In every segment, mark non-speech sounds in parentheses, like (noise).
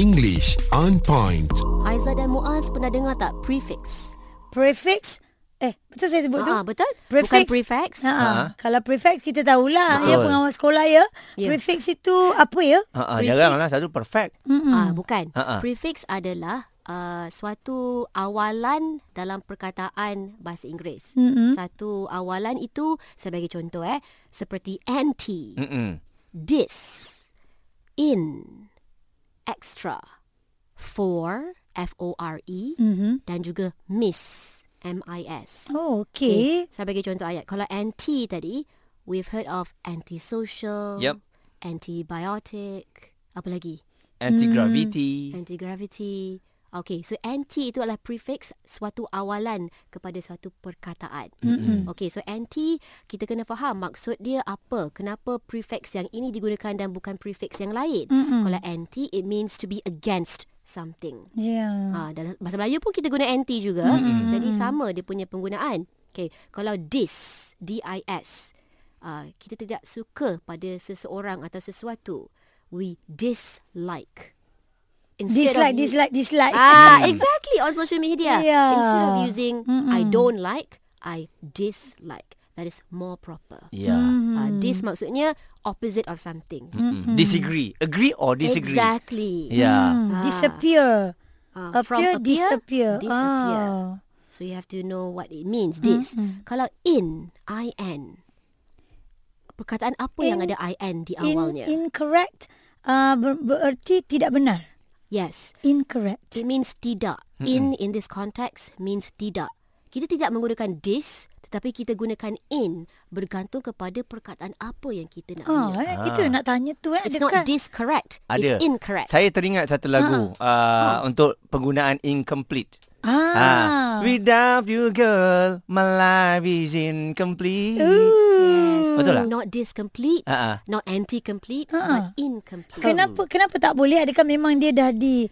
English on point. Aiza dan Muaz pernah dengar tak prefix? Prefix Eh, betul saya sebut tu? Ah, betul. Prefix. Bukan prefix. Ha, ha. Kalau prefix kita tahulah ya pengawas sekolah ya. Ya. Yeah. Prefix itu apa ya? Ha, ha, jarang lah satu perfect. Mm. Ah, bukan. Ha-ha. Prefix adalah uh, suatu awalan dalam perkataan bahasa Inggeris. Mm-hmm. Satu awalan itu sebagai contoh eh seperti anti, Mm-mm. dis, in, extra, for, F O R E mm-hmm. dan juga miss, M I S. Oh, okey. Sebagai contoh ayat, kalau anti tadi, we've heard of antisocial, Yep. antibiotic, apa lagi? Mm. Anti-gravity. Anti-gravity. Okay, so anti itu adalah prefix suatu awalan kepada suatu perkataan. Mm-hmm. Okay, so anti kita kena faham maksud dia apa. Kenapa prefix yang ini digunakan dan bukan prefix yang lain. Mm-hmm. Kalau anti, it means to be against something. Ya. Yeah. Ha, dalam bahasa Melayu pun kita guna anti juga. Hmm. Mm-hmm. Jadi sama dia punya penggunaan. Okay, kalau dis, D-I-S, uh, kita tidak suka pada seseorang atau sesuatu. We dislike. Dislike, of- dislike, dislike. Ah, exactly on social media. Yeah. Hmm. Instead of using I don't like, I dislike. That is more proper. Ya. Uh, Hmm. dis maksudnya opposite of something. Mm-mm. Disagree. Agree or disagree. Exactly. Mm. Ya. Hmm, Disappear. Ah, from appear, disappear. disappear. Ah. So you have to know what it means. This. Mm-hmm. Kalau in, I N. Perkataan apa yang In- ada I N di In, awalnya? incorrect uh, ber- bererti tidak benar. yes. Incorrect. It means tidak. In in this context means tidak. Kita tidak menggunakan this tetapi kita gunakan in bergantung kepada perkataan apa yang kita nak Ah, guna. eh, itu yang nak tanya tu eh. It's Dia not kan- this correct. Ada. It's incorrect. Ha. Saya teringat satu lagu uh, untuk penggunaan incomplete. Ha. Ah. Without you girl, my life is incomplete. Hmm. yes. Betul tak? Not this complete, Ah, ah. not anti-complete, but incomplete. Kenapa kenapa tak boleh? Adakah memang dia dah di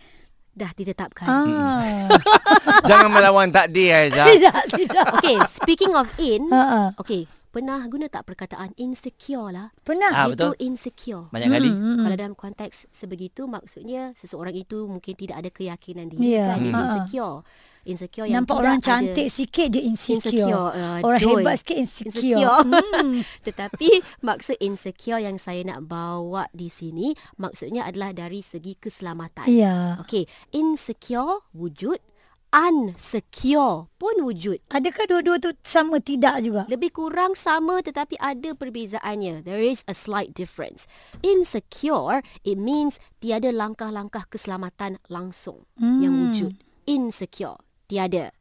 Dah ditetapkan. Ah. Jangan melawan takdir Aiza. (laughs) tidak, tidak. Okay, speaking of (laughs) in, Ah, ah. okay, pernah guna tak perkataan insecure lah? Pernah. Ah, Itu betul. insecure. Banyak kali. Hmm. Kalau dalam konteks sebegitu maksudnya seseorang itu mungkin tidak ada keyakinan diri Ya, kan dia ha. insecure. Insecure yang Nampak tidak orang ada cantik sikit je insecure. insecure. Ah, orang doi. hebat sikit insecure. (laughs) Hmm. Tetapi maksud insecure yang saya nak bawa di sini maksudnya adalah dari segi keselamatan. Ya. Okey, insecure wujud, unsecure pun wujud. Adakah dua-dua tu sama tidak juga? Lebih kurang sama tetapi ada perbezaannya. There is a slight difference. Insecure, it means tiada langkah-langkah keselamatan langsung hmm. yang wujud. Insecure, tiada.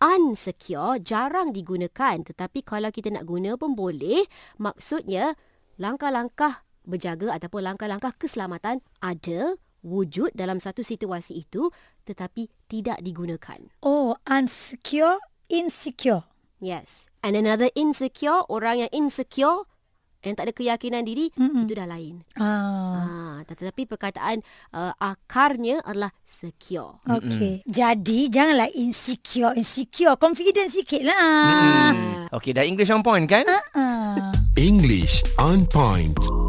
Unsecure jarang digunakan tetapi kalau kita nak guna pun boleh. Maksudnya langkah-langkah berjaga ataupun langkah-langkah keselamatan ada wujud dalam satu situasi itu tetapi tidak digunakan. Oh, unsecure, insecure. Yes. And another insecure, orang yang insecure, yang tak ada keyakinan diri, mm-hmm. itu dah lain. Ah, Ah, tetapi perkataan uh, akarnya adalah secure. okay. Jadi janganlah insecure, insecure, confident sikit lah. Hmm. Okay, dah English on point kan? Ah. English on point.